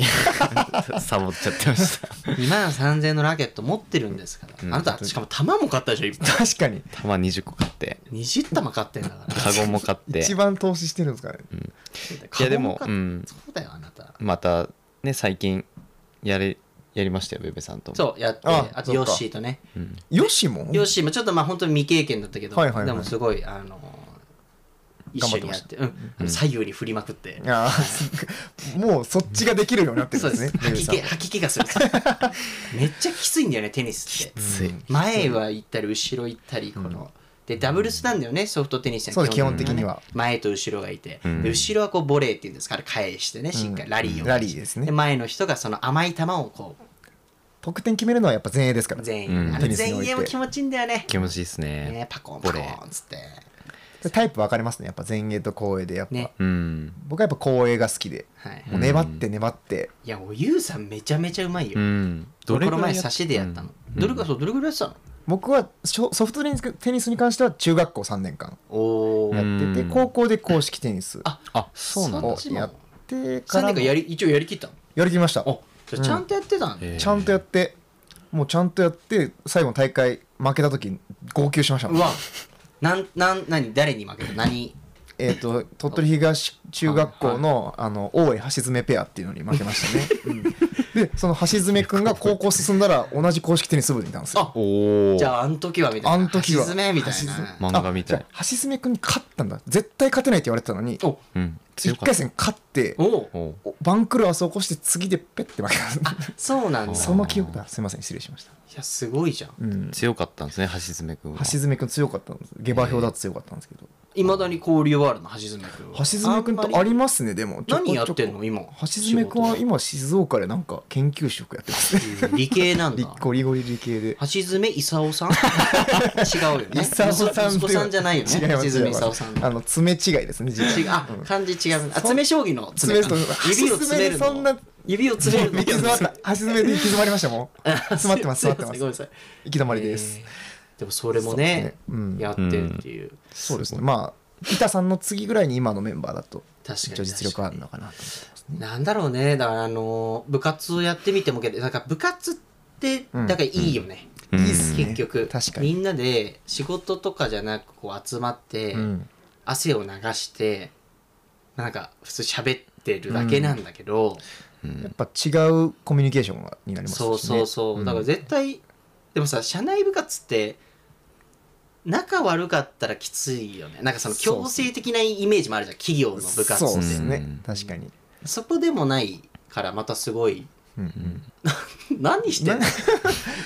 S4: サボっちゃってました
S2: 2万3000のラケット持ってるんですから。
S4: うん
S2: あなた、しかも弾も買ったでしょ、いっぱい。
S3: 確かに
S4: 球20個買って
S2: 20玉買ってんだ から。
S4: カゴも買って
S3: 一番投資してるんですかね
S4: いやで
S2: カゴ
S4: も、
S2: 買
S4: う
S2: っ
S4: ん、
S2: そうだよ、あなた。
S4: またね最近やれやりましたよベベさんとも
S2: そう、やって、
S3: あ
S2: あと
S3: そっか
S2: ヨッシーとね。
S4: うん
S3: よしも
S2: ヨッシーもちょっとまあ本当に未経験だったけど、
S3: はいはいはい
S2: でもすごい、あのー、一緒にやって、うんあの左右に振りまくって。
S3: あー すっごいもうそっちができるようになってる
S2: そ
S3: ん
S2: う
S3: で
S2: ですす
S3: ね
S2: 吐き気
S3: レベルさんは
S2: 吐き気がするめっちゃきついんだよねテニスっ
S4: き
S2: て
S4: つい
S2: 前は行ったり後ろ行ったりこの、でダブルスなんだよねソフトテニスは
S3: そうです
S2: ね
S3: 基本的には
S2: 前と後ろがいて、
S4: うん
S2: で後ろはこうボレーっていうんですから返してねしっかりラリーを、
S3: ラリーですね
S2: で前の人がその甘い球をこ
S3: 得点決めるのはやっぱ前衛ですか
S2: う
S3: ら
S2: 全
S4: う
S2: 員
S4: ん
S2: あ
S3: テ
S2: の
S3: ニスにおいて
S2: 全員も気持ちいいんだよね
S4: 気持ちいいですね
S2: ねパコンパコン
S4: ボレ
S2: っつって
S3: タイプ分かれますねやっぱ前衛と後衛でやっぱ、
S2: ね
S4: うん
S3: 僕はやっぱ後衛が好きで
S2: はい、
S3: もう粘って粘って、
S2: いやおゆうさんめちゃめちゃうまいよ、
S4: うん
S2: どれこの前
S4: やっ
S2: 差しでやったの、
S4: うん
S2: どれかそうどれぐらいやってたの
S3: 僕はしょソフトテニステニスに関しては中学校3年間
S2: おお、
S3: やってて、
S4: うん
S3: 高校で公式テニス
S2: あ
S4: あそうなんだ
S2: そ
S3: を
S2: っちも
S3: やってか
S2: 3年
S3: らも
S2: 間やり一応やりきったの
S3: やりきりました
S2: おじゃあちゃんとやってたんだ、
S4: えー
S3: ちゃんとやってもうちゃんとやって最後の大会負けた時号泣しましたもん
S2: うわなんなん何誰に負けた何
S3: えっ、と鳥取東中学校の,、あの大江橋爪ペアっていうのに負けました ね、うんでその橋爪くんが高校進んだら同じ公式テニス部にいたんですよ
S2: あ
S4: おお
S2: じゃああの時はみたいな
S3: あの時は
S2: 橋爪みたい
S3: 橋爪
S2: な
S4: 漫画みた
S3: あ
S4: い
S3: じゃあ橋爪くんに勝ったんだ絶対勝てないって言われてたのに
S2: お
S4: うん強
S3: 1
S4: かっ
S3: 回
S4: た
S3: 戦勝って
S2: お
S4: おう
S3: お番狂わせ起こして次でペッて負けた んです
S2: そうなんだ
S4: あ
S2: い
S3: その記憶だすいません失礼しました、
S2: やすごいじゃん
S3: うん、橋
S4: 強かったんですね橋爪君は
S3: 爪くん強かったんです下馬評だと強かったんですけど
S2: いまだに交流はあるの橋爪君は
S3: 橋爪くんとありますねでもちょこちょこ
S2: 何やってんの今
S3: 橋爪くんは今静岡でなんか研究職やってますね
S2: うん理系なん
S3: リ
S2: だ
S3: ッゴリゴリ 理系で
S2: 橋爪功 さん違うよね
S3: 功さん
S2: 息子さんじゃないよね
S3: 違ます
S2: 橋爪
S3: 違ます
S2: 功さん
S3: あの爪違いですね
S2: 違
S3: 違
S2: うあ漢字違うねあ爪将棋の爪
S3: 爪そう
S2: 指を詰める
S3: そんな
S2: の指を詰めるの
S3: 行き詰 まった橋爪で行き詰まりましたもん詰まってます詰まってます
S2: ごめんなさい
S3: 行き止まりです、
S2: えーでもそれもね
S3: そうですねうん
S2: やってっていう
S3: そうですねまあ板さんの次ぐらいに今のメンバーだと
S2: 確
S3: 一
S2: か
S3: 応
S2: に
S3: 実力あるのかなと
S2: なんだろうねだからあのー部活をやってみてもけどなんか部活って
S3: うん
S2: だからいいよね、
S4: うん
S3: いいっすね
S2: 結局
S3: 確か
S2: み
S3: に
S2: んなで仕事とかじゃなくこう集まって、
S3: うん
S2: 汗を流してなんか普通喋ってるだけなんだけど、
S4: うん
S3: やっぱ違うコミュニケーションになりますしね
S2: そうそうそう、
S3: ん
S2: だから絶対でもさ社内部活って仲悪かったらきついよねなんかその
S3: そう
S2: 強制的なイメージもあるじゃん企業の部活
S3: そう
S2: っ
S3: で
S2: て
S3: す
S4: う
S3: ね
S4: ん
S3: 確かに
S2: そこでもないからまたすごい
S3: うん
S2: 何してんの
S3: な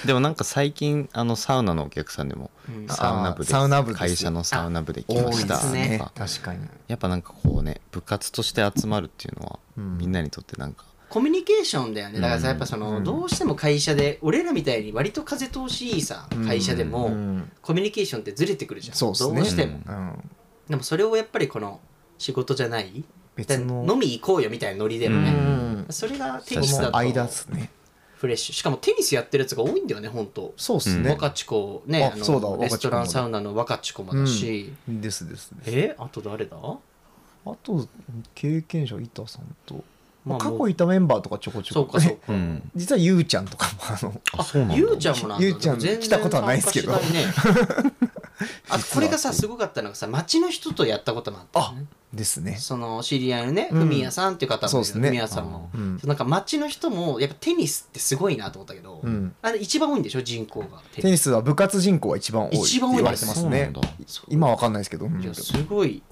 S4: でもなんか最近あのサウナのお客さんでも
S2: うん
S4: サウナ部です
S3: サウナ部です
S4: 会社のサウナ部で来
S3: 多
S4: ま
S3: い
S4: し
S3: で
S4: た
S3: す
S4: と
S3: ね
S4: か
S3: 確かに
S4: やっぱなんかこうね部活として集まるっていうのは、
S3: うん
S4: みんなにとってなんか
S2: コミュニケーションだよねだからさやっぱその、
S3: うん
S2: どうしても会社で俺らみたいに割と風通しいいさ会社でも、
S3: うん
S2: コミュニケーションってずれてくるじゃん
S3: そうっすね
S2: どうしても、
S4: うん
S3: うん
S2: でもそれをやっぱりこの仕事じゃない
S3: 別の
S2: 飲み行こうよみたいなノリでのね、
S3: うん
S2: それがテニス
S3: そ
S2: だ
S3: の
S2: と
S3: 間っすね
S2: フレッシュしかもテニスやってるやつが多いんだよね本当
S3: そうっす
S4: うん
S3: ね
S2: 若智子ね
S3: あ
S2: あの
S3: そうだ
S2: レストラ
S3: 若智子も
S2: ン
S3: だ
S2: サウナの若智子もだし、
S3: ですですです
S2: えあと誰だ
S3: あと経験者板さんと、ま
S2: ま
S3: あ、
S2: あ
S3: 過
S2: も
S3: 去
S2: う
S3: いたメンバーとかちょこち
S2: そ
S3: ょ
S2: う
S3: こ
S2: かそうか、
S4: うん
S3: 実はゆうちゃんとかもあの
S4: あそうなんだ
S2: ゆうちゃんもなんだ
S3: ゆうちゃん
S2: でも全然
S3: 来たことはないですけど
S2: 参加し ないねあとこれがさすごかったのがさ町の人とやったこともあった、ね、
S3: ですね
S2: その知り合いのね
S3: うん
S2: フミヤさんっていう方
S3: そ
S2: も
S3: う
S2: いる
S3: ですね
S2: フミヤさんも
S3: うん、
S2: なんか町の人もやっぱテニスってすごいなと思ったけど、
S3: うん、
S2: あれ一番多いんでしょ人口がテ
S3: テニスは部活人口が一番多いって
S2: 一番多い
S3: 言われてますね
S4: そうなんだ
S2: ス
S3: 今はわかんないですけど、うん
S2: いやすごい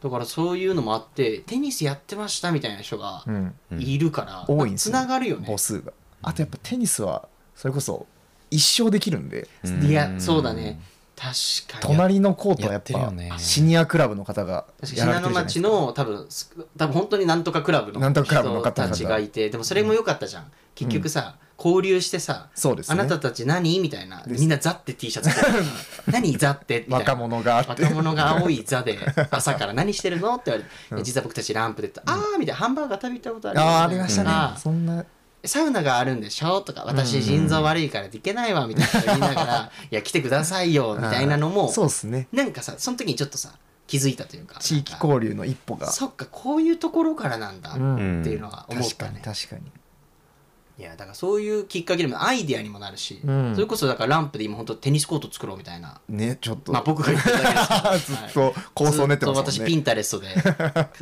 S2: だからそういうのもあってテニスやってましたみたいな人が
S3: うん、
S4: うん
S2: いるから、
S3: 多いんです
S2: つ
S3: よ
S2: ながるよね
S3: 母数があとやっぱテニスはそれこそ一生できるんで
S4: うん
S2: いやそうだね確かに
S3: 隣のコートはやっ
S4: やって
S3: ぱ
S4: るよね
S3: シニアクラブの方が
S2: 確か
S3: や
S2: に
S3: られ
S2: 信濃
S3: てるじ
S2: 町
S3: ゃないですか
S2: の多分す多分本当になんとかクラブの
S3: なんとかクラブの方
S2: 人た
S3: 々
S2: ちがいてでもそれも良かったじゃん、結局さ交流してさ、
S3: そうです
S2: あ
S3: ね
S2: なたたち何みたいな
S3: です
S2: みんな「ザ」って T シャ ツ着てる何ザってみたいな
S3: 若者があって
S2: 若者が青い座で朝から何してるのって言われていや、実は僕たちランプでって、ああみたいなハンバーガー食べに行ったことあるよ
S3: ああーありましたね
S2: あー
S3: そんな
S2: サウナがあるんでしょとか私腎臓悪いから行けないわみたいなこと言いながら いや来てくださいよみたいなの
S3: あー
S2: も
S3: そうですね
S2: なんかさその時にちょっとさ気づいたというか
S3: 地域
S2: 流
S3: 交流の一歩が
S2: そっかこういうところからなんだ
S3: うん
S4: ん
S2: っていうのは思っ
S3: 確
S2: た
S3: かに
S2: ね、
S3: 確かに
S2: いやだからそういうきっかけでもアイディアにもなるし、
S3: うん
S2: それこそだからランプで今本当テニスコート作ろうみたいな
S3: ねちょっと、
S2: まあ僕が言ってただけですけど
S3: ずっ
S2: はい
S3: と構想練ってますもんね
S2: ずっと私ピンタレストで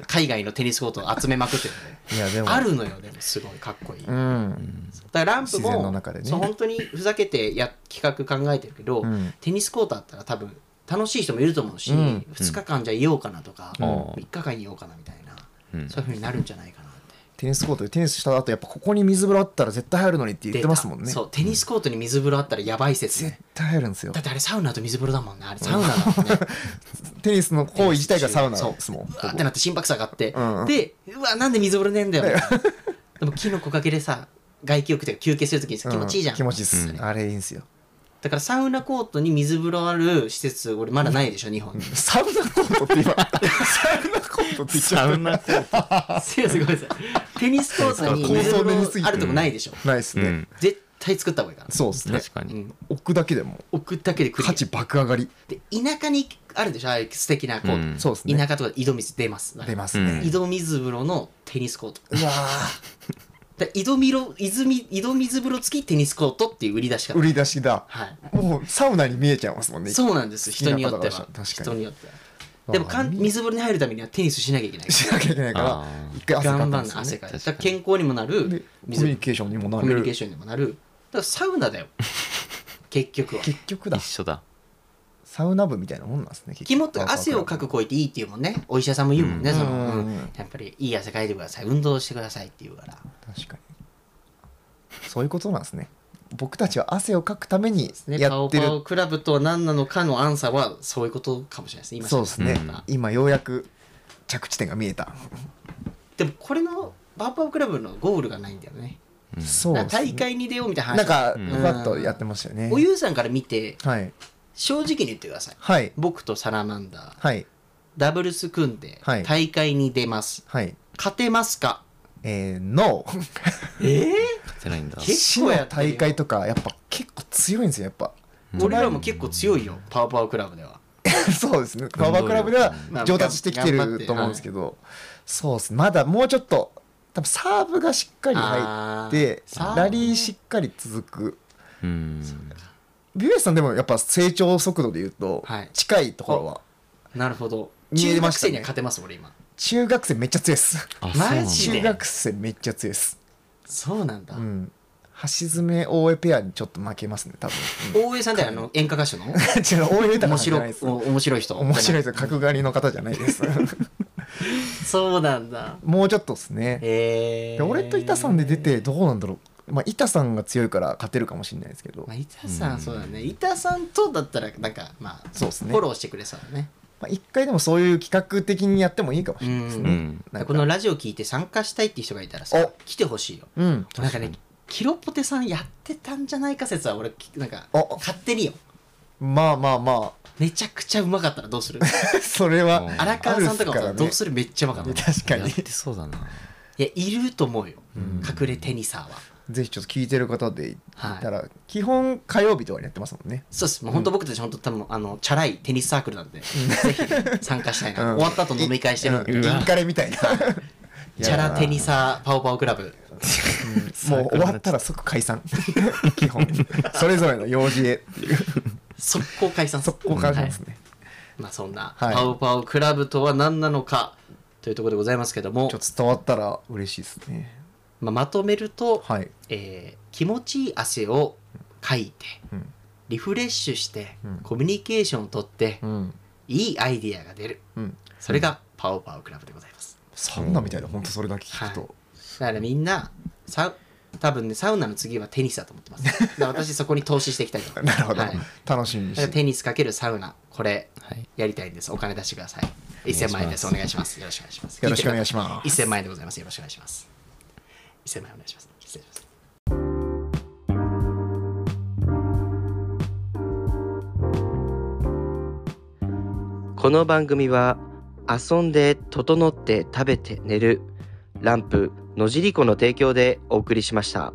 S2: 海外のテニスコートを集めまくってるんで
S3: いや でも
S2: あるのよでもすごいかっこいい、
S3: うん、
S2: だからランプ
S3: 自然の
S2: も、
S3: 中でね
S2: そう本当にふざけてや企画考えてるけど、
S3: うん
S2: テニスコートあったら多分楽しい人もいると思うし、
S3: うん
S2: 2日間じゃいようかなとか、
S4: うん
S2: 3日間いようかなみたいな、
S4: うん
S2: そういうふうになるんじゃないかなって
S3: テニスコートでテニスした後やっぱここに水風呂あったら絶対入るのにって言ってますもんね
S2: 出たそうテニスコートに水風呂あったらやばい説
S3: 絶
S2: ね
S3: 対入るんですよ
S2: だってあれサウナと水風呂だもんねあれサウナだもんね、
S3: テニスの行為自体がサウナですもん
S2: うわーってなって心拍数上がって、
S3: うん
S2: でうわーなんで水風呂ねえんだよみたいなでも木の木陰でさ外気浴というか休憩するときにさ
S3: うん
S2: 気持ちいいじゃん、
S3: 気持ちいいっす、
S4: うん
S3: あれいいんすよ
S2: だからサウナコートに水風呂ある施設俺まだないでしょ日本に
S3: サウナコートって今サウナコートって言っちゃ
S4: サウナ
S2: すいませんごめんなさいテニスコートに水風呂あるとこないでしょ、
S3: ないっすね、
S4: うん
S2: 絶対作った方がいいから、
S3: そうっすね
S4: 確か
S2: う
S4: に、
S2: ん、
S3: 置くだけでも
S2: 置くだけでクリア
S3: 価値爆上がり、
S2: で田舎にあるでしょああいう素敵なコート、
S4: うん
S3: そうですね
S2: 田舎とかで井戸水出ます
S3: 出ます
S4: う
S3: ね
S4: ん、
S2: 井戸水風呂のテニスコート
S3: う わ
S2: で井戸みろ泉井戸水風呂付きテニスコートっていう売り出し
S3: ー
S2: 方
S3: 売り出しだ
S2: はい
S3: もうサウナに見えちゃいますもんね
S2: そうなんです
S3: 好きな
S2: 人によって
S3: 方
S2: は
S3: 々確かに
S2: 人によってはでもかん水風呂に入るためにはテニスしなきゃいけない
S3: しなきゃいけないから
S4: あー
S3: 一回汗か
S2: 頑
S3: くん
S2: 張ん
S3: です
S2: な
S3: よ
S2: 汗
S3: ね
S2: かい
S4: 確か
S2: てだか
S4: に
S2: ら健康にもなる
S3: でコミュニケーションにもな
S2: コミュニケー
S3: る
S2: ションにもなるだからサウナだ よ結局は
S3: 結局だ
S4: 一緒だ
S3: サウナ部みたいなもんなんですね結局
S2: 肝って汗をかく声っていいっていうもんねお医者さんも言うもんね、
S4: うん
S2: その、
S3: う
S2: うんんやっぱりいい汗かいてください運動してくださいって言うから
S3: 確かにそういうことなんですね僕たちは汗をかくために
S2: ねパ
S3: や
S2: オ
S3: って
S2: パオ
S3: る
S2: クラブとは何なのかのアンサーはそういうことかもしれないですね今
S3: そうですね、
S4: うん
S3: 今ようやく着地点が見えた、
S2: でもこれのパオパオクラブのゴールがないんだよね
S4: うん
S3: そうっすね
S2: なんか大会に出ようみたいな話
S3: なんか
S4: うん
S3: ふわっとやってましたよね、
S2: おゆうさんから見て
S3: はい
S2: 正直に言ってください
S3: はい
S2: 僕とサラマンダー
S3: はい
S2: ダブルス組んで
S3: はい
S2: 大会に出ます、
S3: はい
S2: 勝てますか
S3: えー、ノー
S2: ええ
S4: 勝てないんだ
S2: け
S3: 市
S2: 結構
S3: の
S2: やってるよ
S3: 大会とかやっぱ結構強いんですよやっ ぱ
S4: うん
S2: 俺らも結構強いよパワーパワークラブでは
S3: そうですねパワークラブでは上達してきて
S2: まあ頑張っ
S3: る
S2: て
S3: と思うんですけど、そうですねまだもうちょっと多分サーブがしっかり入
S2: あ
S3: っ
S2: ー
S3: て
S2: サーブ
S3: ラリーしっかり続く
S4: うん
S3: ビュエさんでもやっぱ成長速度で言うと
S2: はい
S3: 近いところは、
S2: なるほど
S3: 見え
S2: 中
S3: ま
S2: 学
S3: し
S2: 生
S3: たね
S2: には勝てます俺今
S3: 中学生めっちゃ強いです
S4: あ
S2: マジ
S4: そう
S2: で
S3: 中学生めっちゃ強いです
S2: そうなんだ、
S3: うん橋爪大江ペアにちょっと負けますね多分、うん
S2: 大江さんってあの演歌歌手の
S3: 違う大江豊
S2: 面
S3: さんじゃな
S2: 白
S3: い
S2: い
S3: です
S2: お面白い人
S3: 面白いですよ角刈りの方じゃない です
S2: そうなんだ
S3: もうちょっとですね
S2: え
S3: で俺と板さんで出てどうなんだろう、まあ、板さんが強いから勝てるかもしれないですけど、
S2: ま
S3: ま
S2: あ、板さ
S4: うん
S2: んそうだね板さんとだったらなんかまあ
S3: そうっすね
S2: フォローしてくれそうだね
S3: あ、一回でもそういう企画的にやってもいいかもしれないです
S4: う
S3: ね、
S4: ん
S3: なんか
S2: このラジオ聞いて参加したいっていう人がいたらさ
S3: お
S2: 来てほしいよ
S3: うん
S2: なんかねキロポテさんやってたんじゃないか説は俺きなんか
S3: お
S2: 勝手によ
S3: まあまあ ま
S2: めちゃくちゃうまかったらどうする
S3: あそれは
S4: うん
S2: 荒川さんとかも
S3: あるっすから
S2: さ
S3: ね
S2: どうするめっちゃうまかった
S3: 確か
S4: やっ
S3: に
S4: てそうだない
S2: やいると思うよ隠れテニサーは
S3: ぜひちょっと聞いてる方でい
S2: はい
S3: たら、基本火曜日とかにやってますもんね
S2: そうですもう本当僕たち本当多分あのチャラいテニスサークルなんで、ぜひ参加したいな、
S3: うん
S2: 終わった後飲み会してるんで、
S3: うん
S4: うわ
S3: インカレみ たいな
S2: チャラテニサーパオパオクラブ
S3: もう終わったら即解散 基本それぞれの用事へ
S2: 速攻解散
S3: 速攻解散です
S2: はい
S3: ね、
S2: まあそんな、
S3: はい
S2: パオパオクラブとは何なのかというところでございますけども
S3: ちょっ、と伝わったら嬉しいですね
S2: まあ、まとめると、
S3: はい
S2: えー気持ちいい汗をかいて、
S3: うん
S2: リフレッシュして、
S3: うん
S2: コミュニケーションをとって、
S3: うん
S2: いいアイディアが出る
S3: うん
S2: それがパオパオクラブでございます
S3: サウナみたいな本当それだけ聞くと、
S2: はいだからみんなサウ多分ねサウナの次はテニスだと思 ってますだから私そこに投資していきたいと思いま
S3: な
S2: す
S3: るほど、
S2: はい、だか
S3: 楽しみに
S2: ら
S3: して
S2: テニスかけるサウナこれ
S4: はい
S2: やりたいんですお金出してください
S4: お願いします
S2: 1000万円ですお願いしますよろしくお願いします
S3: よろしくお願いします
S2: 1000万円でございますよろしくお願いします1000万円お願いします失礼します
S5: この番組は遊んで整って食べて寝るランプ野尻湖の提供でお送りしました。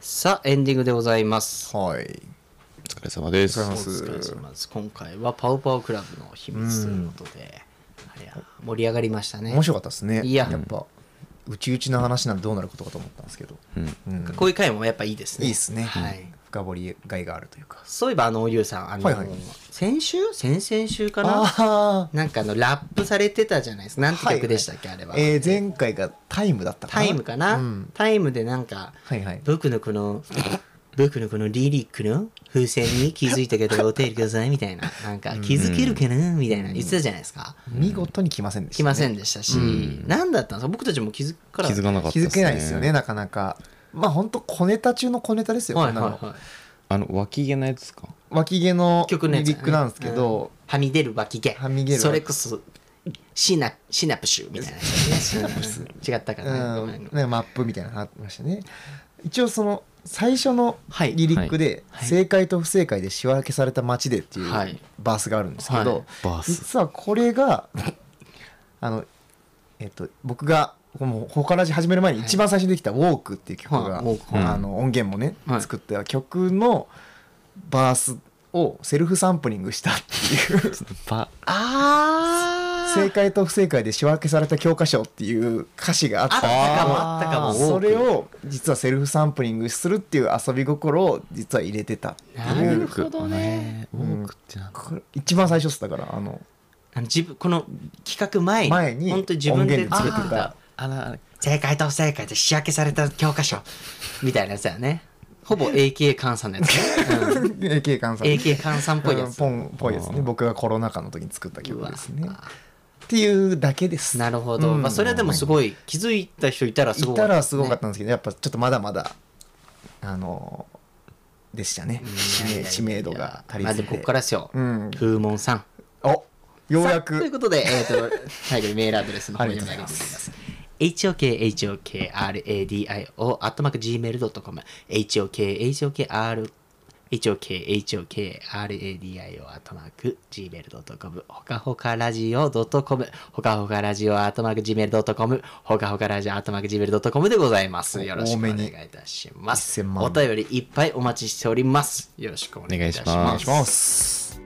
S2: さあエンディングでございます
S3: はい
S4: お疲れ様です
S3: お
S2: お
S3: 疲れ様で
S2: 疲れ様です今回はパウパウクラブの秘密ということであれや盛り上がりましたね
S3: 面白かったですね
S2: いや
S3: やっぱうちうちの話なんてどうなることかと思ったんですけど、
S4: うん
S3: うん
S2: こういう回もやっぱいいですね
S3: いいですね、
S2: はい、
S3: 深掘りがいがあるというか
S2: そういえばあのゆうさんあの、
S3: はいはい
S2: 先週先々週かな
S3: あ
S2: なんかあのラップされてたじゃないですかなんて曲でしたっけ、あれ
S3: あ
S2: は、
S3: えー、前回がタイムだったかな
S2: タイムかな、
S3: うん
S2: タイムでなんか
S3: はいはい
S2: 僕のこの僕のこのリリックの風船に気づいた方がお便りくださいみたいななんか気づけるかなみたいな言ってたじゃないですか、
S3: 見事に来ませんでし
S2: 来
S3: た、ね、
S2: ませんでしたし、何だったんですか僕たちも気づくから
S4: 気づかなかったっ
S3: 気づけないですよねなかなかまあ本当小ネタ中の小ネタですよ、
S2: はい
S3: こんなの
S2: はいはい
S4: あの脇毛のやつか
S3: 脇毛の
S2: 曲のや
S3: リ
S2: つだね
S3: リックなんですけど、
S2: はみ出る脇毛
S3: はみ出る脇毛
S2: それこそシナシナプシュみたい なシナプシュ違ったか
S3: う
S2: な、
S3: ん
S2: ごめん
S3: なんかマップみたいなのありましたね一応その最初のリリックで「
S2: はい
S3: 正解と不正解で仕分けされた街で」ってい
S2: は
S3: う
S2: い
S3: バースがあるんですけど、
S2: はい
S4: バース
S3: 実はこれがあのえっと僕がもう他ラジ始める前に一番最初にできた「ウォーク」っていう曲が、
S2: はいウォーク
S3: あの音源もね、
S2: はい
S3: 作った曲のバースをセルフサンプリングしたっていう
S4: バ
S2: あ
S3: 正解と不正解で仕分けされた教科書っていう歌詞があっ
S2: あった
S3: た
S2: かもあったかも
S3: それを実はセルフサンプリングするっていう遊び心を実は入れてたって
S2: な
S3: いう
S2: るほどね
S4: ウォークってなんだ
S3: これ一番最初っすだからあの
S2: あの自分この企画前に
S3: 前に
S2: 本当に自分で
S3: 音源
S2: 作
S3: で
S2: っ
S3: 作
S2: て
S3: って
S2: た
S3: た
S4: あらあら
S2: 正解と不正解で仕分けされた教科 書みたいなやつだよねほぼ AK 換算のや つね、うん
S3: AK 関西
S2: AK 換算っぽいやつ
S3: ポンぽいですね僕がコロナ禍の時に作った曲ですね
S2: うわ
S3: っていうだけです
S2: なるほど、
S3: うん
S2: まあ、それはでもすごい気づいた人いたらす
S3: い
S2: ごい
S3: たらすごかったんですけど、やっぱちょっとまだまだあのでしたね知名知名度が足り
S2: ま
S3: ず
S2: ず
S3: て
S2: ここからですよ、
S3: うん
S2: 風門さん
S3: おようや
S2: さあという
S3: く
S2: ことで、えー、と最後にメールアドレスの方にお願いしま。
S3: ありがとうございます
S2: hokhokradio.gmail.com hokhokr hokhokradio.gmail.com ほかほかラジオ .com ほかほかラジオ .gmail.com ほかほかラジオ .gmail.com でございます。よろしくお願いいたします。
S3: 多めに1000万
S2: お便りいっぱいお待ちしております。よろしくお願いいたし
S4: お願
S2: ま
S4: い
S2: す
S4: し。
S3: ます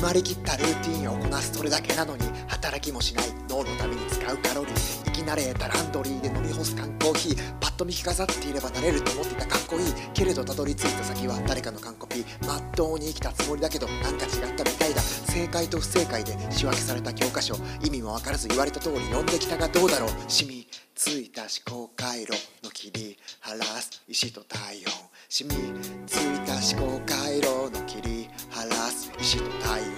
S6: 回りきったルーティンをこなすそれだけなのに働きもしない脳のために使うカロリー生き慣れたランドリーで飲み干す缶コーヒーパッと見着飾っていればなれると思っていたかっこいいけれどたどり着いた先は誰かの缶コピーまっとうに生きたつもりだけどなんか違ったみたいだ正解と不正解で仕分けされた教科書意味も分からず言われた通り読んできたがどうだろう染みついた思考回路の切り離す石と太陽染みついた思考回路の切り離す石と太陽